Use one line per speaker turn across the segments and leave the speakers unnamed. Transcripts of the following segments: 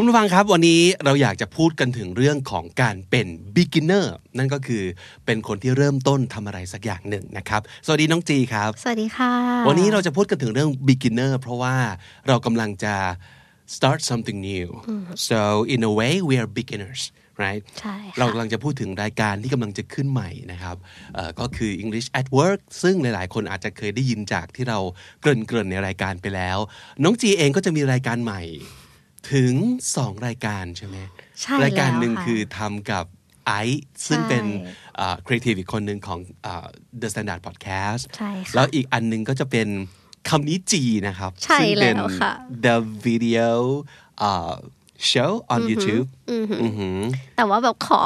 คุณผู้ฟังครับวันนี้เราอยากจะพูดกันถึงเรื่องของการเป็น beginner นั่นก็คือเป็นคนที่เริ่มต้นทำอะไรสักอย่างหนึ่งนะครับ สวัสดีน้องจีครับ
สวัสดีค่ะ
วันนี้เราจะพูดกันถึงเรื่อง beginner เพราะว่าเรากำลังจะ start something new so in a way we are beginners right
ใช่ค่ะ
เรากำลังจะพูดถึงรายการที่กำลังจะขึ้นใหม่นะครับเอ่อก็คือ English at Work ซึ่งหลาย ๆ คนอาจจะเคยได้ยินจากที่เราเกริ่นเกริ่นๆในรายการไปแล้ว น้องจีเองก็จะมีรายการใหม่ ถึง 2 รายการใช่ไหม
ใช่
รายการ
แล้ว
หนึ่ง
ะ
คือทำกับไอซ์ซึ่งเป็น
ใช่
ครีเอทีฟอีกคนหนึ่งของเอ่อ The Standard Podcast
ใช่
แล้
ค่ะ
วอีกอันหนึงก็จะเป็นคำนี้จีนะครับ
ใช่
ซึ่งเป็น
แล้วค่ะ
the video uh, show on YouTube อือหือ
แต่ว่าแบบขอ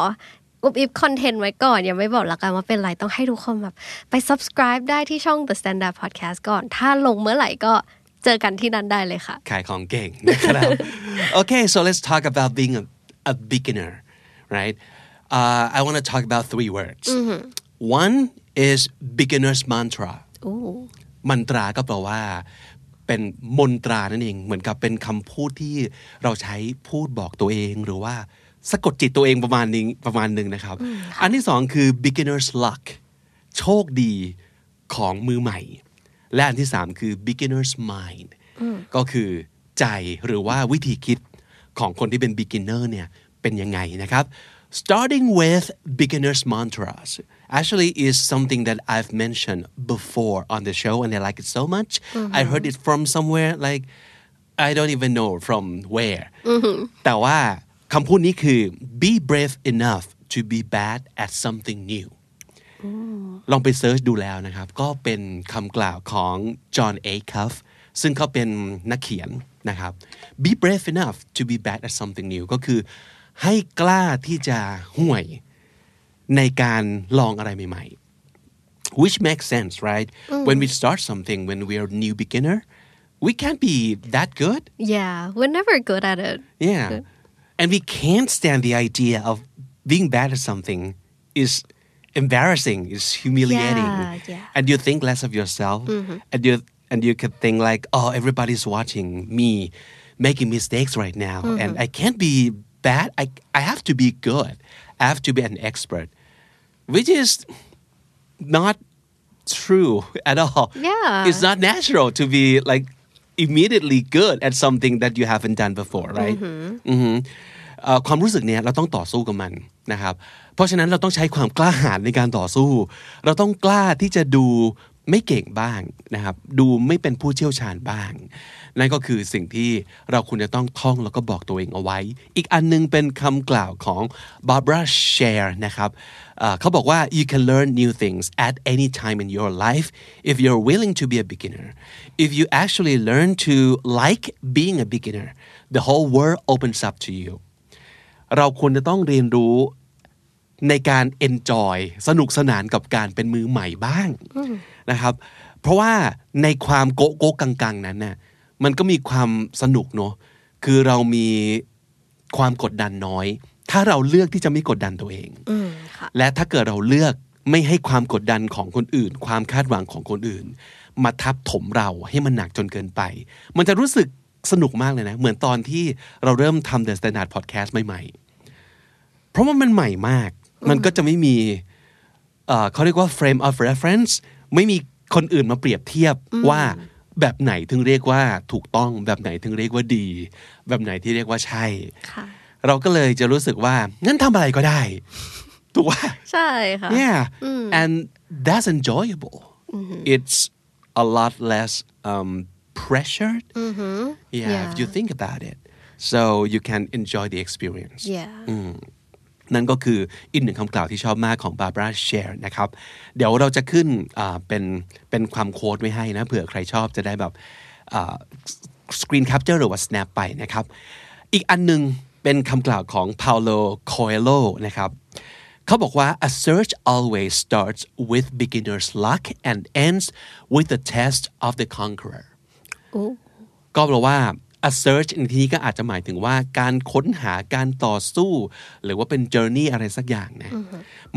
อุบอิบคอนเทนต์ไว้ก่อน ยังไม่บอกละกันว่าเป็นไรต้องให้ทุกคนแบบไป subscribe ได้ที่ช่อง The Standard Podcast ก่อน ถ้าลงเมื่อไหร่ก็เจอกันที่นั่นได้เลยค่ะ
ขายของเก่งนะครับ Okay, so let's talk about being a, a beginner right uh, I want to talk about three words one is beginner's mantra
อู้
มันตราก็แปลว่า เป็นมนตรานั่นเอง เหมือนกับเป็นคำพูดที่เราใช้พูดบอกตัวเองหรือว่าสะกดจิตตัวเองประมาณนึงประมาณหนึงนะครับ อันที่สองคือ beginner's luck โชคดีของมือใหม่ และอันที่สามคือ beginner's mind ก็คือใจหรือว่าวิธีคิดของคนที่เป็น beginner เนี่ย เป็นยังไงนะครับ starting with beginners mantras actually is something that I've mentioned before on the show and I like it so much I heard it from somewhere like I don't even know from where แต่ว่าคำพูดนี้คือ be brave enough to be bad at something new ลองไปเซิร์ชดูแล้วนะครับ ก็เป็นคำกล่าวของจอห์นเอคัฟซึ่งเขาเป็นนักเขียนนะครับ be brave enough to be bad at something new ก็คือให้กล้าที่จะห่วยในการลองอะไรใหม่ๆ which makes sense right when we start something when we are new beginner we can't be that good
yeah we're never good at it
Yeah. And we can't stand the idea of being bad at something is embarrassing, is humiliating.
Yeah, yeah. Mm-hmm.
And you think less of yourself. And you and you could think like, oh, everybody's watching me making mistakes right now. And
Mm-hmm.
I can't be bad. I I have to be good. I have to be an expert. Which is not true at all.
Yeah.
It's not natural to be like immediately good at something that you haven't done before, right?
Mm-hmm.
อือหือเอ่อความรู้สึกเนี้ยเราต้องต่อสู้กับมันนะครับ เพราะฉะนั้นเราต้องใช้ความกล้าหาญในการต่อสู้ เราต้องกล้าที่จะดูไม่เก่งบ้างนะครับ ดูไม่เป็นผู้เชี่ยวชาญบ้าง นั่นก็คือสิ่งที่เราควรจะต้องท่องแล้วก็บอกตัวเองเอาไว้ อีกอันหนึงเป็นคำกล่าวของ Barbara Share นะครับเอ่อเขาบอกว่า you can learn new things at any time in your life if you're willing to be a beginner if you actually learn to like being a beginner the whole world opens up to you เราควรจะต้องเรียนรู้ในการ enjoy สนุกสนานกับการเป็นมือใหม่บ้างนะครับ เพราะว่าในความโกะโกะกังๆ นั้นน่ะมันก็มีความสนุกเนอะคือเรามีความกดดันน้อย ถ้าเราเลือกที่จะไม่กดดันตัวเอง
อืมค่ะ
และถ้าเกิดเราเลือกไม่ให้ความกดดันของคนอื่น ความคาดหวังของคนอื่น มาทับถมเราให้มันหนักจนเกินไป มันจะรู้สึกสนุกมากเลยนะ เหมือนตอนที่เราเริ่มทำ The Standard Podcast ใหม่ๆ เพราะว่ามันใหม่มาก มันก็จะไม่มีเอ่อเขาเรียกว่า frame of reference ไม่มีคนอื่นมาเปรียบเทียบว่าแบบไหนถึงเรียกว่าถูกต้อง แบบไหนถึงเรียกว่าดี แบบไหนที่เรียกว่าใช่
ค่ะ
เราก็เลยจะรู้สึกว่างั้นทำอะไรก็ได้ถูกว่า
ใช่ค่ะ
Yeah. And that's enjoyable. It's a lot less um, pressured. Yeah,
Yeah.
if you think about it. So you can enjoy the experience.
yeah
นั่นก็คืออีกหนึ่งคำกล่าวที่ชอบมากของบาร์บราเชร์นะครับ เดี๋ยวเราจะขึ้นอ่าเป็นเป็นความโค้ดไว้ให้นะ เผื่อใครชอบจะได้แบบสกรีนแคปเจอร์หรือว่า snap ไปนะครับ อีกอันหนึงเป็นคำกล่าวของ p a o l o Coelho นะครับ เขาบอกว่า a search always starts with beginner's luck and ends with the test of the conqueror ก็แปลว่า a search ในที่นี้ก็อาจจะหมายถึงว่าการค้นหาการต่อสู้ หรือว่าเป็น journey อะไรสักอย่างนะ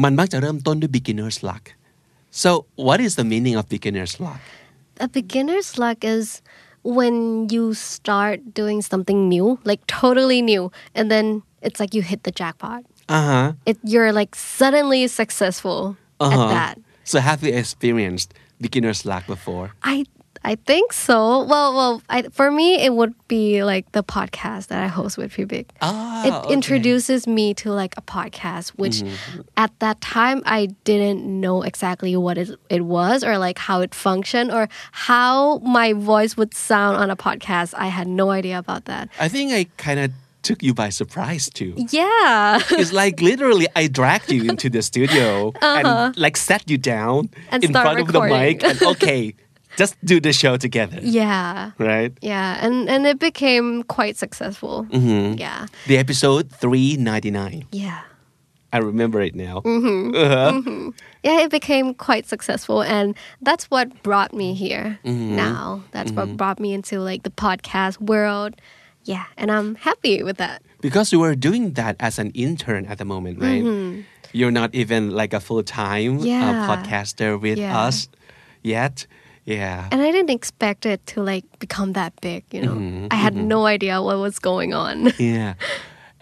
มันมักจะเริ่มต้นด้วย beginner's luck so what is the meaning of beginner's luck
A beginner's luck is when you start doing something new, like totally new, and then it's like you hit the jackpot.
อ่าฮะ
It you're like suddenly successful at that.
so have you experienced beginner's luck before
I I think so. Well, well, I, for me it would be like the podcast that I host with Pubik.
Ah,
it
okay. Mm-hmm.
introduces me to like a podcast, which at that time I didn't know exactly what it, it was or like how it functioned or how my voice would sound on a podcast. I had no idea about that.
I think I kind of took you by surprise too
Yeah.
It's like literally I dragged you into the studio and like sat you down
And
in
start
front of the mic
recording.
and okay, just do the show together.
yeah.
Right?
Yeah, and and it became quite successful.
Mm-hmm.
Yeah.
The episode 399.
Yeah.
I remember it now.
Mm-hmm. yeah, it became quite successful, and that's what brought me here now. That's what brought me into like the podcast world. Yeah, and I'm happy with that.
Because you were doing that as an intern at the moment, right? You're not even like a full time
Mm-hmm. Yeah.
podcaster with
Yeah.
us yet. Yeah.
And I didn't expect it to like become that big. You know, I had no idea what was going on.
yeah.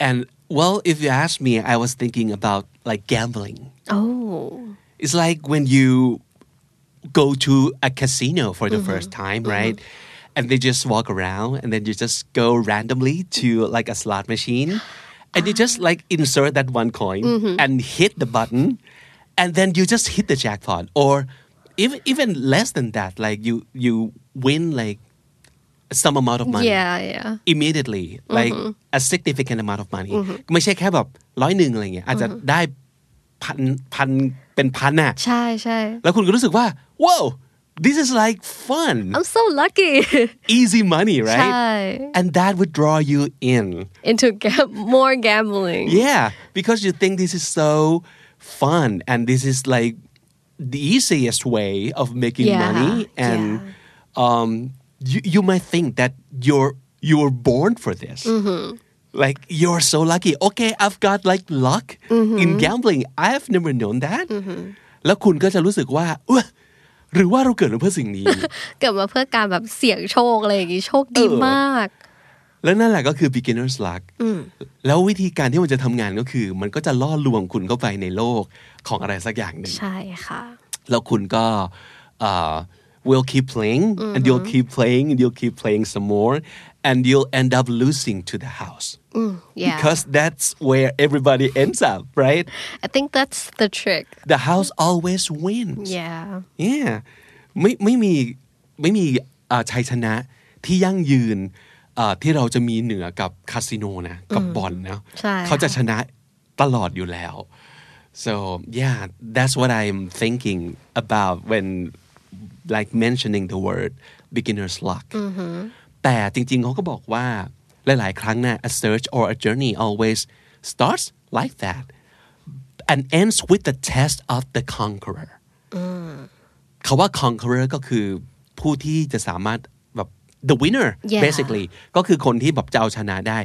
And well, if you ask me, I was thinking about like gambling.
oh,
It's like when you go to a casino for the first time, right? And they just walk around and then you just go randomly to like a slot machine and you just like insert that one coin and hit the button and then you just hit the jackpot or even even less than that like you you win like some amount of money
yeah, yeah,
immediately like a significant amount of money ไม่ใช่แค่แบบร้อยหนึ่งอะไรเงี้ยอาจจะได้พันพันเป็นพันอะ
chai chai.
แล้วคุณก็รู้สึกว่า wow this is like fun
I'm so lucky
easy money right
ใช่
and that would draw you in
into ga- more gambling.
yeah because you think this is so fun and this is like the easiest way of making
Yeah,
money and um you you might think that you're you were born for this
Mm-hmm.
like you're so lucky okay I've got like luck
Mm-hmm.
in gambling I've never known that แล้วคุณก็จะรู้สึกว่าอุ๊ยหรือว่าเราเกิดมาเพื่อสิ่งนี้
เกิดมาเพื่อการแบบเสี่ยงโชคอะไรอย่างงี้โชคดีมาก
และนั่นแหละก็คือ beginner's luck แล้ววิธีการที่มันจะทำงานก็คือ มันก็จะล่อลวงคุณเข้าไปในโลกของอะไรสักอย่างหนึ่ง
ใช่ค่ะ
แล้วคุณก็เอ่อ will keep playing and you'll keep playing and you'll keep playing some more and you'll end up losing to the house
yeah
because that's where everybody ends up right
I think that's the trick
the house always wins
yeah
yeah ไม่ไม่มีไม่มีอ่าชัยชนะที่ยั่งยืนอ่าที่เราจะมีเหนือกับคาสิโนนะ กับบ่อนนะ
ใช่
เขาจะชนะตลอดอยู่แล้ว so yeah that's what I'm thinking about when like mentioning the word beginner's luck แต่จริงๆเขาก็บอกว่าหลายๆครั้งน่ะ a search or a journey always starts like that and ends with the test of the conqueror คาว่า conqueror ก็คือผู้ที่จะสามารถแบบ the winner
Yeah.
basically ก็คือคนที่แบบจะเอาชนะได้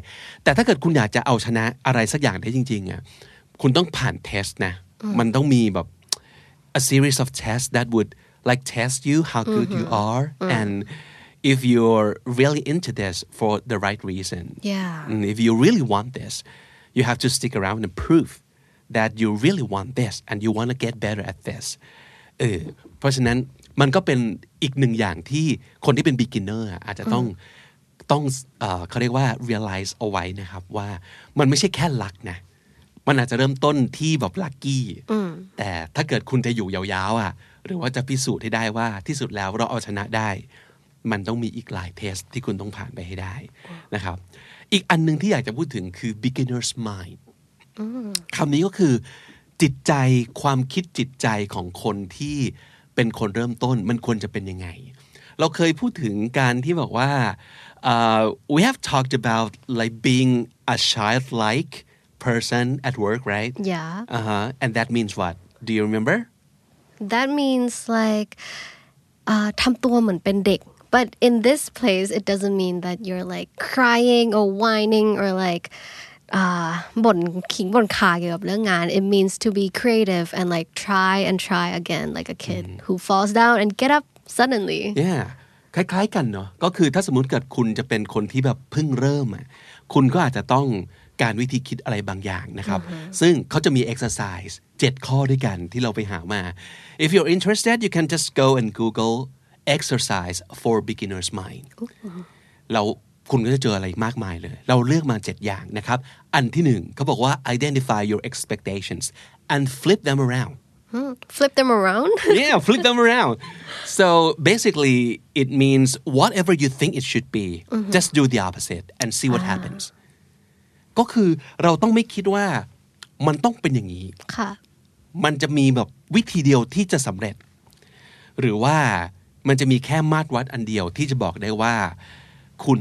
แต่ถ้าเกิดคุณอยากจะเอาชนะอะไรสักอย่างได้จริงๆอ่ะคุณต้องผ่าน test นะ มันต้องมีแบบ a series of tests that would like test you how good you are and if you're really into this for the right reason
Yeah.
and if you really want this you have to stick around and prove that you really want this and you want to get better at this เออเพราะฉะนั้นมันก็เป็นอีกหนึ่งอย่างที่คนที่เป็น beginner อะอาจจะต้องต้องเอ่อเขาเรียกว่า realize เอาไว้นะครับว่ามันไม่ใช่แค่ลักนะ มันอาจจะเริ่มต้นที่แบบลั c กี้แต่ถ้าเกิดคุณจะอยู่ยาวๆอ่ะหรือว่าจะพิสูจน์ให้ได้ว่าที่สุดแล้วเราเอาชนะได้ มันต้องมีอีกหลายเทสที่คุณต้องผ่านไปให้ได้นะครับ อีกอันหนึงที่อยากจะพูดถึงคือ beginner's mind คำนี้ก็คือ จิตใจความคิดจิตใจของคนที่เป็นคนเริ่มต้นมันควรจะเป็นยังไง เราเคยพูดถึงการที่บอกว่าเอ่อ we have talked about like being a childlike person at work, right?
Yeah.
Uh huh. And that means what? Do you remember?
That means like uh, ทำตัวเหมือนเป็นเด็ก but in this place it doesn't mean that you're like crying or whining or like uh, บ่นขิงบ่นขาเกี่ยวกับเรื่องงาน it means to be creative and like try and try again like a kid who falls down and get up suddenly
Mm. Yeah. คล้ายๆกันเนาะ ก็คือถ้าสมมติเกิดคุณจะเป็นคนที่แบบเพิ่งเริ่มอะคุณก็อาจจะต้องการวิธีคิดอะไรบางอย่างนะครับ ซึ่งเขาจะมี exercise 7 ข้อด้วยกันที่เราไปหามา if you're interested you can just go and Google exercise for beginner's mind เราคุณก็จะเจออะไรอีกมากมายเลย เราเลือกมา 7 อย่างนะครับ อันที่หนึ่งเขาบอกว่า identify your expectations and flip them around
flip them around
yeah, flip them around. So basically, it means whatever you think it should be, just do the opposite and see what happens. ก็คือเราต้องไม่คิดว่ามันต้องเป็นอย่างนี้
ค่ะ
มันจะมีแบบวิธีเดียวที่จะสำเร็จ หรือว่ามันจะมีแค่มาตรวัดอันเดียวที่จะบอกได้ว่า คุณ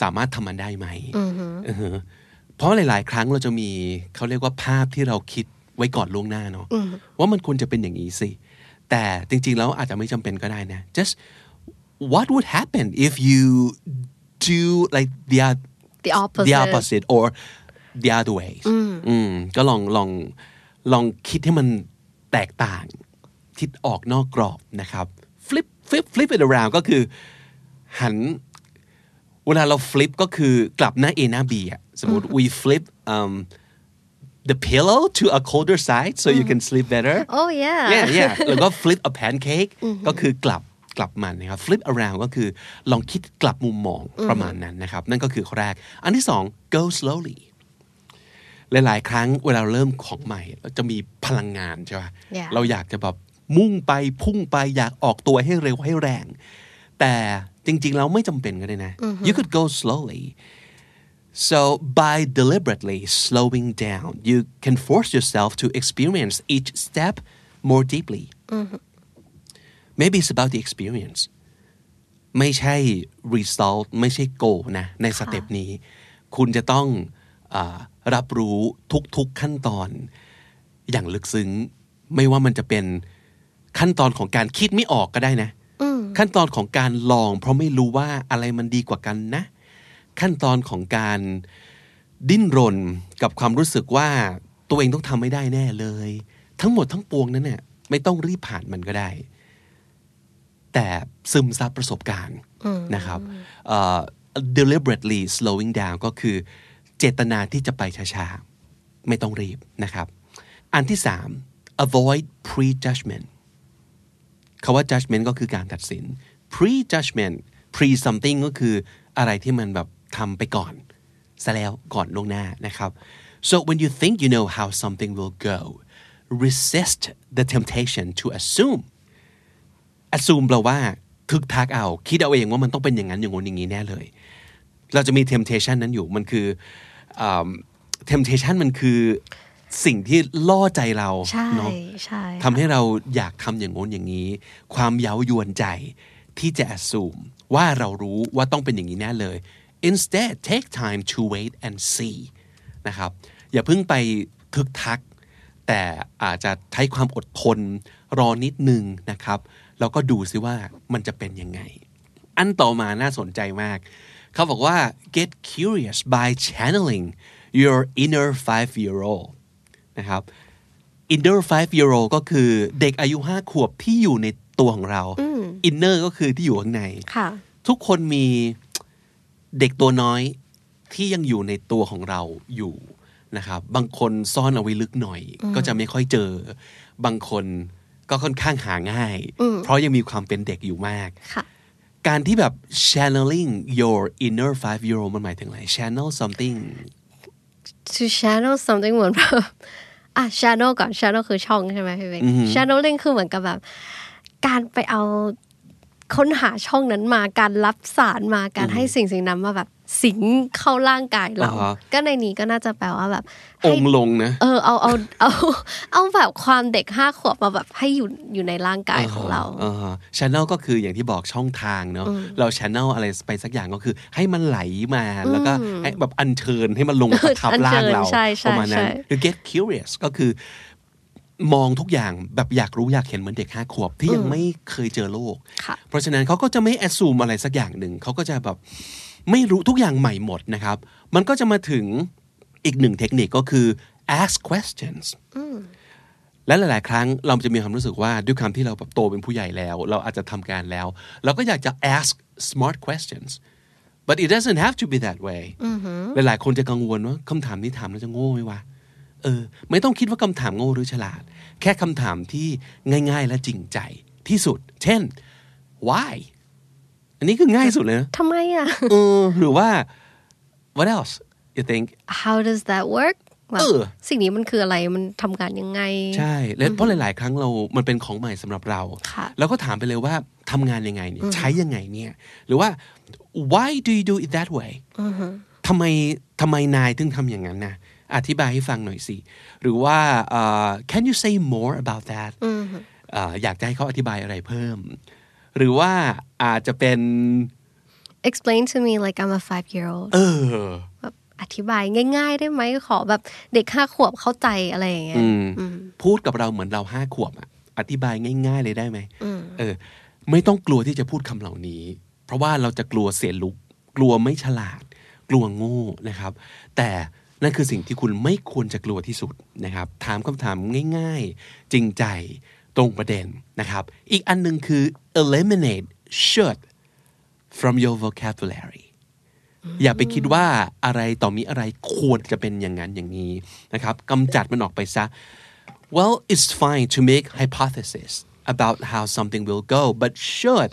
สามารถทำมันได้ไหมอือฮึเพราะหลาย ๆ ครั้งเราจะมีเขาเรียกว่าภาพที่เราคิดไว้ก่อนล่วงหน้าเนาะว่ามันควรจะเป็นอย่างนี้สิ แต่จริง ๆ แล้วอาจจะไม่จำเป็นก็ได้นะ just what would happen if you do like the oth-
The opposite.
the opposite or the other way อืมก็ลองลองลองคิดให้มันแตกต่าง คิดออกนอกกรอบนะครับ flip flip flip it around ก็คือหัน เวลาเรา flip ก็คือกลับหน้า A หน้า B อะสมมติ we flip um, the pillow to a colder side so you can sleep better
oh yeah
yeah yeah แล้วก็ flip a pancake ก็คือกลับกลับมันนะครับ flip around ก็คือลองคิดกลับมุมมองประมาณนั้นนะครับ นั่นก็คือข้อแรก อันที่สอง go slowly หลาย ๆ ครั้งเวลาเริ่มของใหม่เราจะมีพลังงานใช่ปะ
Yeah.
เราอยากจะแบบมุ่งไปพุ่งไปอยากออกตัวให้เร็วให้แรง แต่จริง ๆ แล้วไม่จำเป็นก็ได้นะ you could go slowly So, by deliberately slowing down, you can force yourself to experience each step more deeply. Maybe it's about the experience. ไม่ใช่ result ไม่ใช่ goal นะ ในสเต็ปนี้ คุณจะต้องอารับรู้ทุกๆขั้นตอน อย่างลึกซึ้ง ไม่ว่ามันจะเป็นขั้นตอนของการคิดไม่ออกก็ได้นะ ขั้นตอนของการลอง เพราะไม่รู้ว่าอะไรมันดีกว่ากันนะ ขั้นตอนของการดิ้นรนกับความรู้สึกว่าตัวเองต้องทำไม่ได้แน่เลย ทั้งหมดทั้งปวงนั้นเนี่ยไม่ต้องรีบผ่านมันก็ได้ แต่ซึมซับประสบการณ์นะครับเอ่อ deliberately slowing down ก็คือเจตนาที่จะไปช้าๆ ไม่ต้องรีบนะครับ อันที่สาม avoid prejudgment คาว่า judgment ก็คือการตัดสิน pre judgment pre something ก็คืออะไรที่มันแบบทำไปก่อนซะแล้วก่อนล่วงหน้านะครับ so when you think you know how something will go resist the temptation to assume assume แปลว่าทึกทักเอา คิดเอาเองว่ามันต้องเป็นอย่างนั้นอย่างงู้นอย่างนี้แน่เลย เราจะมี temptation นั้นอยู่มันคืออ่า temptation มันคือสิ่งที่ล่อใจเรา
ใช่
เนาะ
ใช่
ทำให้เราอยากทำอย่างโน้นอย่างนี้ ความเย้ายวนใจที่จะ assume ว่าเรารู้ว่าต้องเป็นอย่างนี้แน่เลย instead take time to wait and see นะครับ อย่าเพิ่งไปทึกทัก แต่อาจจะใช้ความอดทนรอนิดนึงนะครับ แล้วก็ดูซิว่ามันจะเป็นยังไง อันต่อมาน่าสนใจมาก เขาบอกว่า get curious by channeling your inner five year old นะครับ inner five year old ก็คือเด็กอายุ 5 ขวบที่อยู่ในตัวของเรา inner ก็คือที่อยู่ข้างใน
ค่ะ
ทุกคนมีเด็กตัวน้อยที่ยังอยู่ในตัวของเราอยู่นะครับ บางคนซ่อนเอาไว้ลึกหน่อย ก็จะไม่ค่อยเจอ บางคนก็ค่อนข้างหาง่าย เพราะยังมีความเป็นเด็กอยู่มาก
ค่ะ
การที่แบบ channeling your inner five year old มันหมายถึงอะไร channel something
to channel something เหมือนแบบ อ่ะ channel ก่อน channel คือช่องใช่ไหมพี่เบก channeling คือเหมือนกับแบบ การไปเอาค้นหาช่องนั้นมาการรับสารมาการให้สิ่งสิ่งนั้นมาแบบ สิงเข้าร่างกายเรา
อ่าฮะ
ก็ในนี้ก็น่าจะแปลว่าแบบ
อ
ให้
งค์ลงนะ
เออเอาเอาเอา เอาแบบความเด็กห้าขวบมาแบบให้อยู่อยู่ในร่างกายของเรา
ช n น e l ก็คืออย่างที่บอกช่องทางเนาะเราช n น e l อะไรไปสักอย่างก็คือ ให้มันไหลมาแล้วก็ให้แบบอัญเชิญให้มันลง มาทับ
อัญ
ร่า
เชิ
ง
ญ
เรา
ใช่ใช่
ประมาณนั้น
ใช่
คือ get curious ก็คือ มองทุกอย่างแบบอยากรู้อยากเห็นเหมือนเด็กห้าขวบ ที่ยังไม่เคยเจอโลก
ค่ะ
เพราะฉะนั้นเขาก็จะไม่แอ u m มอะไรสักอย่างหนึ่ง เขาก็จะแบบไม่รู้ทุกอย่างใหม่หมดนะครับ มันก็จะมาถึงอีกหนึ่งเทคนิคก็คือ ask questions และหลาย ๆ ครั้งเราจะมีความรู้สึกว่าด้วยความที่เราแบบโตเป็นผู้ใหญ่แล้ว เราอาจจะทำการแล้ว เราก็อยากจะ ask smart questions but it doesn't have to be that way หลาย ๆ คนจะกังวลว่าคำถามนี้ถามแล้วจะโง่ไหมวะ เออ ไม่ต้องคิดว่าคำถามโง่หรือฉลาด แค่คำถามที่ง่าย ๆ และจริงใจที่สุด เช่น why อันนี้คือง่ายสุดเลยนะ
ทำไมอ่ะ
เออหรือว่า what else you think
how does that work แบบ
เออ
สิ่งนี้มันคืออะไรมันทำงานยังไง
ใช่ และเพราะหลาย ๆ ครั้งเรา มันเป็นของใหม่สำหรับเรา
ค่ะ
แล้วก็ถามไปเลยว่าทำงานยังไงเนี่ย ใช้ยังไงเนี่ย หรือว่า why do you do it that way ทำไมทำไมนายถึงทำอย่างนั้นนะอธิบายให้ฟังหน่อยสิ หรือว่าเอ่อ can you say more about that เอ่ออยากจะให้เขาอธิบายอะไรเพิ่ม หรือว่าอาจจะเป็น
explain to me like I'm a five year old
เออ
แบบอธิบายง่ายๆได้ไหมขอแบบเด็กห้าขวบเข้าใจอะไรอย่างเงี้ย
พูดกับเราเหมือนเราห้าขวบอะอธิบายง่าย ๆ เลยได้ไหมเออ ไม่ต้องกลัวที่จะพูดคำเหล่านี้ เพราะว่าเราจะกลัวเสียลุก กลัวไม่ฉลาด กลัวโง่นะครับ แต่นั่นคือสิ่งที่คุณไม่ควรจะกลัวที่สุดนะครับ ถามคำถามง่าย ๆ จริงใจตรงประเด็นนะครับ อีกอันหนึ่งคือ eliminate should from your vocabulary อย่าไปคิดว่าอะไรต่อมีอะไรควรจะเป็นอย่างนั้นอย่างนี้นะครับกำจัดมันออกไปซะ well it's fine to make hypothesis about how something will go but should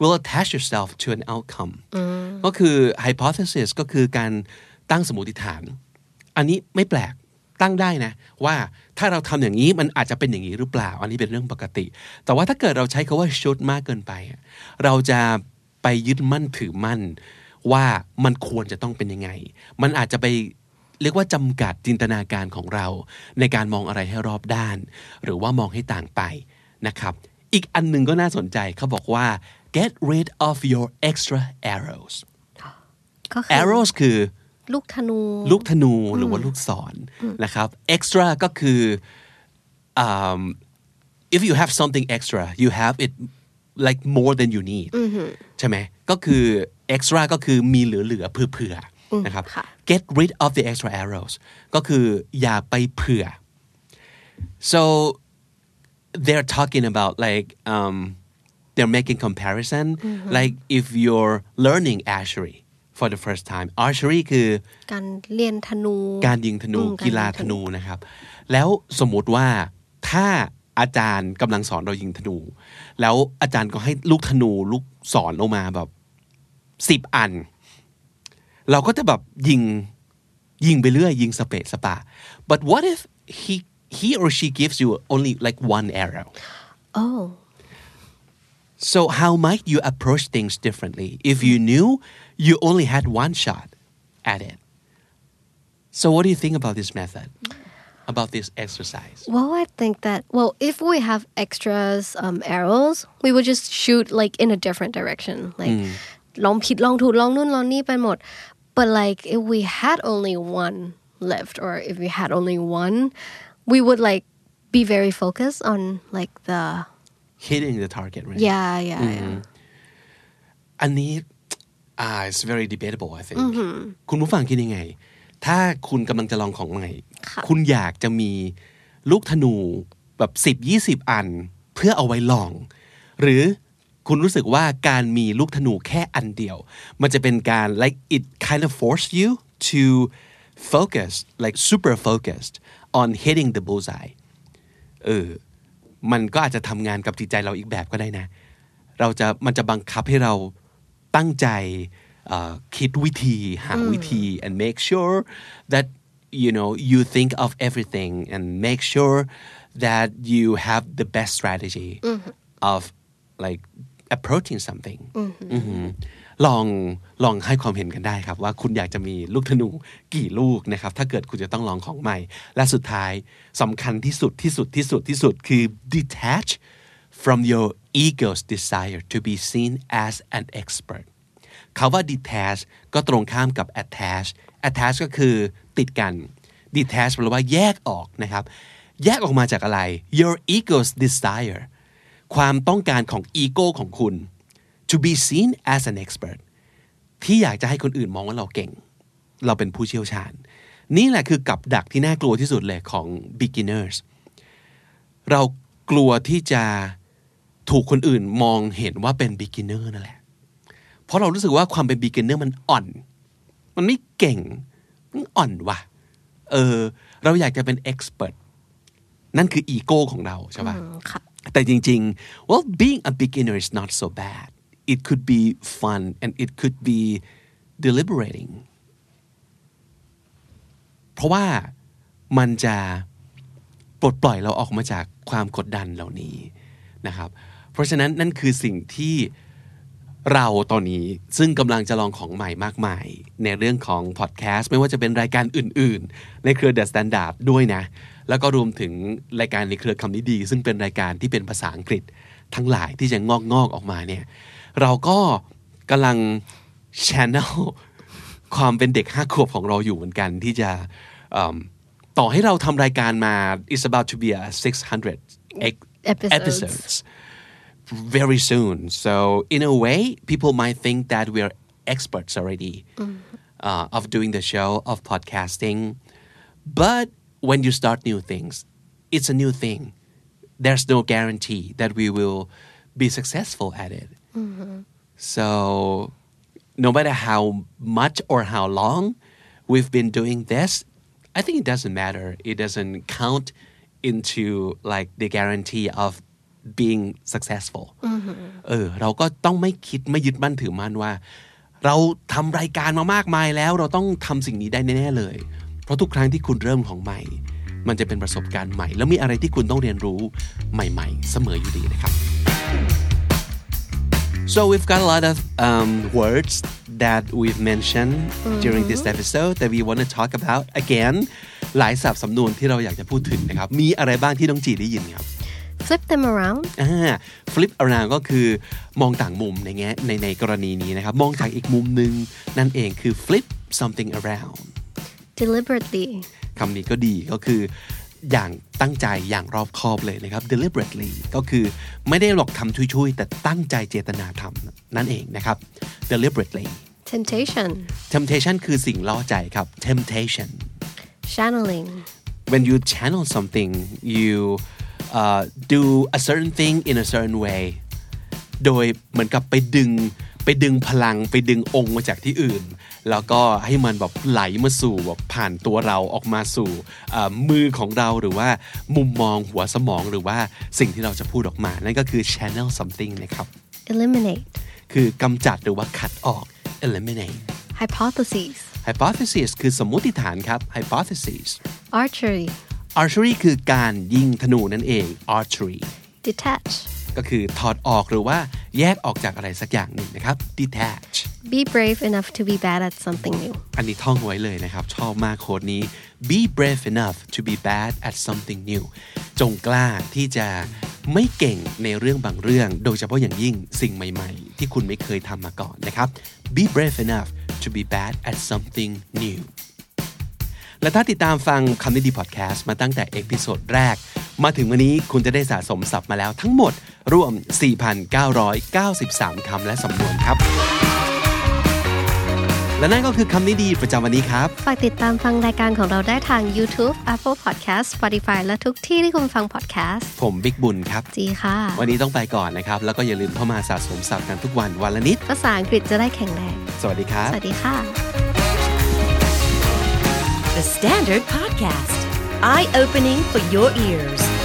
will attach yourself to an outcome ก็คือ hypothesis ก็คือการตั้งสมมติฐาน อันนี้ไม่แปลกตั้งได้นะ ว่าถ้าเราทำอย่างนี้มันอาจจะเป็นอย่างนี้หรือเปล่า อันนี้เป็นเรื่องปกติ แต่ว่าถ้าเกิดเราใช้คาว่า should มากเกินไปอะเราจะไปยึดมั่นถือมั่น ว่ามันควรจะต้องเป็นยังไง มันอาจจะไปเรียกว่าจำกัดจินตนาการของเรา ในการมองอะไรให้รอบด้าน หรือว่ามองให้ต่างไปนะครับ อีกอันหนึ่งก็น่าสนใจเขาบอกว่า get rid of your extra arrows
ก็คือ
arrows คือ
ลูกธนู
ลูกธนูหรือว่าลูกศรนะครับ extra ก็คืออืม if you have something extra you have it like more than you need ใช่ไหมก็คือ extra ก็คือมีเหลือๆเผื่อๆนะครับ
ค่ะ
get rid of the extra arrows ก็คืออย่าไปเผื่อ so they're talking about like um, they're making comparison like if you're learning archery for the first time archery คือ
การเรียนธนู
การยิงธนู
อืมการยิงธนู
กีฬาธนูนะครับ แล้วสมมุติว่าถ้าอาจารย์กำลังสอนเรายิงธนู แล้วอาจารย์ก็ให้ลูกธนูลูกสอนลงมาแบบสิบอัน เราก็จะแบบยิงยิงไปเรื่อย ยิงสเปะสปะ but what if he he or she gives you only like one arrow
โอ้
So how might you approach things differently if you knew you only had one shot at it? So what do you think about this method? About this exercise?
Well, I think that well, if we have extras um, arrows, we would just shoot like in a different direction, like
Mm.
long pit, long to long noon, long knee, by mode. But like if we had only one left, or if we had only one, we would like be very focused on like the
Hitting the target, right?
yeah, yeah, yeah.
Mm-hmm. And it, ah, it's very debatable, I think. คุณผู้ฟังคิดยังไง ถ้าคุณกำลังจะลองของใหม่
ค่ะ
คุณอยากจะมีลูกธนูแบบสิบยี่สิบอันเพื่อเอาไว้ลอง หรือคุณรู้สึกว่าการมีลูกธนูแค่อันเดียว มันจะเป็นการ like it kind of force you to focus like super focused on hitting the bullseye เออ มันก็อาจจะทำงานกับจิตใจเราอีกแบบก็ได้นะ เราจะมันจะบังคับให้เราตั้งใจเอ่อคิดวิธีหาวิธี and make sure that you know you think of everything and make sure that you have the best strategy of like approaching something อือหือ ลองลองให้ความเห็นกันได้ครับ ว่าคุณอยากจะมีลูกธนูกี่ลูกนะครับ ถ้าเกิดคุณจะต้องลองของใหม่ และสุดท้ายสำคัญที่สุดที่สุดที่สุดที่สุดคือ detach from your ego's desire to be seen as an expert คาว่า detach ก็ตรงข้ามกับ attach attach ก็คือติดกัน detach แปลว่าแยกออกนะครับ แยกออกมาจากอะไร your ego's desire ความต้องการของอีโก้ของคุณ to be seen as an expert ที่อยากจะให้คนอื่นมองว่าเราเก่ง เราเป็นผู้เชี่ยวชาญ นี่แหละคือกับดักที่น่ากลัวที่สุดเลยของ beginners เรากลัวที่จะถูกคนอื่นมองเห็นว่าเป็น beginner นั่นแหละ เพราะเรารู้สึกว่าความเป็น beginner มันอ่อน มันไม่เก่ง มันอ่อนว่ะ เออ เราอยากจะเป็น expert นั่นคืออีโก้ของเราใช่ปะ
ค่ะ
แต่จริงๆ well being a beginner is not so bad it could be fun and it could be deliberating เพราะว่ามันจะปลดปล่อยเราออกมาจากความกดดันเหล่านี้นะครับ เพราะฉะนั้นนั่นคือสิ่งที่เราตอนนี้ซึ่งกำลังจะลองของใหม่มากมาย ในเรื่องของพอดแคสต์ไม่ว่าจะเป็นรายการอื่นๆ ในเครือ The Standard ด้วยนะ แล้วก็รวมถึงรายการในเครือคำนี้ดี ซึ่งเป็นรายการที่เป็นภาษาอังกฤษทั้งหลายที่จะงอกๆออกมาเนี่ยเราก็กำลัง channel ความเป็นเด็กห้าขวบของเราอยู่เหมือนกันที่จะเอิ่มต่อให้เราทำรายการมา is about to be a 600 ex-
Episodes.
episodes very soon so in a way people might think that we are experts already uh, of doing the show of podcasting but when you start new things it's a new thing there's no guarantee that we will be successful at it So, no matter how much or how long we've been doing this, I think it doesn't matter. It doesn't count into like the guarantee of being successful. เออเราก็ต้องไม่คิดไม่ยึดมั่นถือมั่นว่า เราทำรายการมามากมายแล้ว เราต้องทำสิ่งนี้ได้แน่ๆเลย เพราะทุกครั้งที่คุณเริ่มของใหม่ มันจะเป็นประสบการณ์ใหม่ แล้วมีอะไรที่คุณต้องเรียนรู้ใหม่ ๆ เสมออยู่ดีนะครับ So we've got a lot of um, words that we've mentioned during this episode that we want to talk about again หลายศัพท์สำนวนที่เราอยากจะพูดถึงนะครับ มีอะไรบ้างที่น้องจีได้ยินครับ
flip them around
อ่า flip around ก็คือมองต่างมุมในแง่ในในกรณีนี้นะครับ มองจากอีกมุมหนึ่งนั่นเองคือ flip something around
deliberately
คำนี้ก็ดีก็คืออย่างตั้งใจอย่างรอบคอบเลยนะครับ deliberately ก็คือไม่ได้หลอกทำช่วยๆ แต่ตั้งใจเจตนาทำนั่นเองนะครับ deliberately
temptation
temptation คือสิ่งล่อใจครับ temptation
channeling
when you channel something you uh, do a certain thing in a certain way โดยเหมือนกับไปดึงไปดึงพลังไปดึงองค์มาจากที่อื่น แล้วก็ให้มันแบบไหลมาสู่แบบผ่านตัวเราออกมาสู่เอ่อมือของเราหรือว่ามุมมองหัวสมองหรือว่าสิ่งที่เราจะพูดออกมา นั่นก็คือ channel something นะครับ
eliminate
คือกำจัดหรือว่าขัดออก eliminate
hypotheses
hypothesis คือสมมติฐานครับ hypothesis
archery
archery คือการยิงธนูนั่นเอง archery
detach
ก็คือถอดออกหรือว่าแยกออกจากอะไรสักอย่างหนึ่งนะครับ detach
be brave enough to be bad at something new
อันนี้ท่องไว้เลยนะครับ ชอบมากโค้ดนี้ be brave enough to be bad at something new จงกล้าที่จะไม่เก่งในเรื่องบางเรื่อง โดยเฉพาะอย่างยิ่งสิ่งใหม่ๆ ที่คุณไม่เคยทำมาก่อนนะครับ be brave enough to be bad at something new และถ้าติดตามฟังคำนิดีพอดแคสต์มาตั้งแต่เอพิโซดแรก มาถึงวันนี้คุณจะได้สะสมศัพท์มาแล้วทั้งหมด รวม 4,993 คำและสำนวนครับ และนั่นก็คือคำนิดีประจำวันนี้ครับ
ฝากติดตามฟังรายการของเราได้ทาง YouTube Apple Podcast Spotify และทุกที่ที่คุณฟัง podcast
ผมบิ๊กบุญครับ
จีค่ะ
วันนี้ต้องไปก่อนนะครับ แล้วก็อย่าลืมเข้ามาสะสมศัพท์กันทุกวันวันละนิด
ภาษาอังกฤษจะได้แข็งแรง
สวัสดีครับ
สวัสดีค่ะ
The Standard Podcast, eye opening for your ears.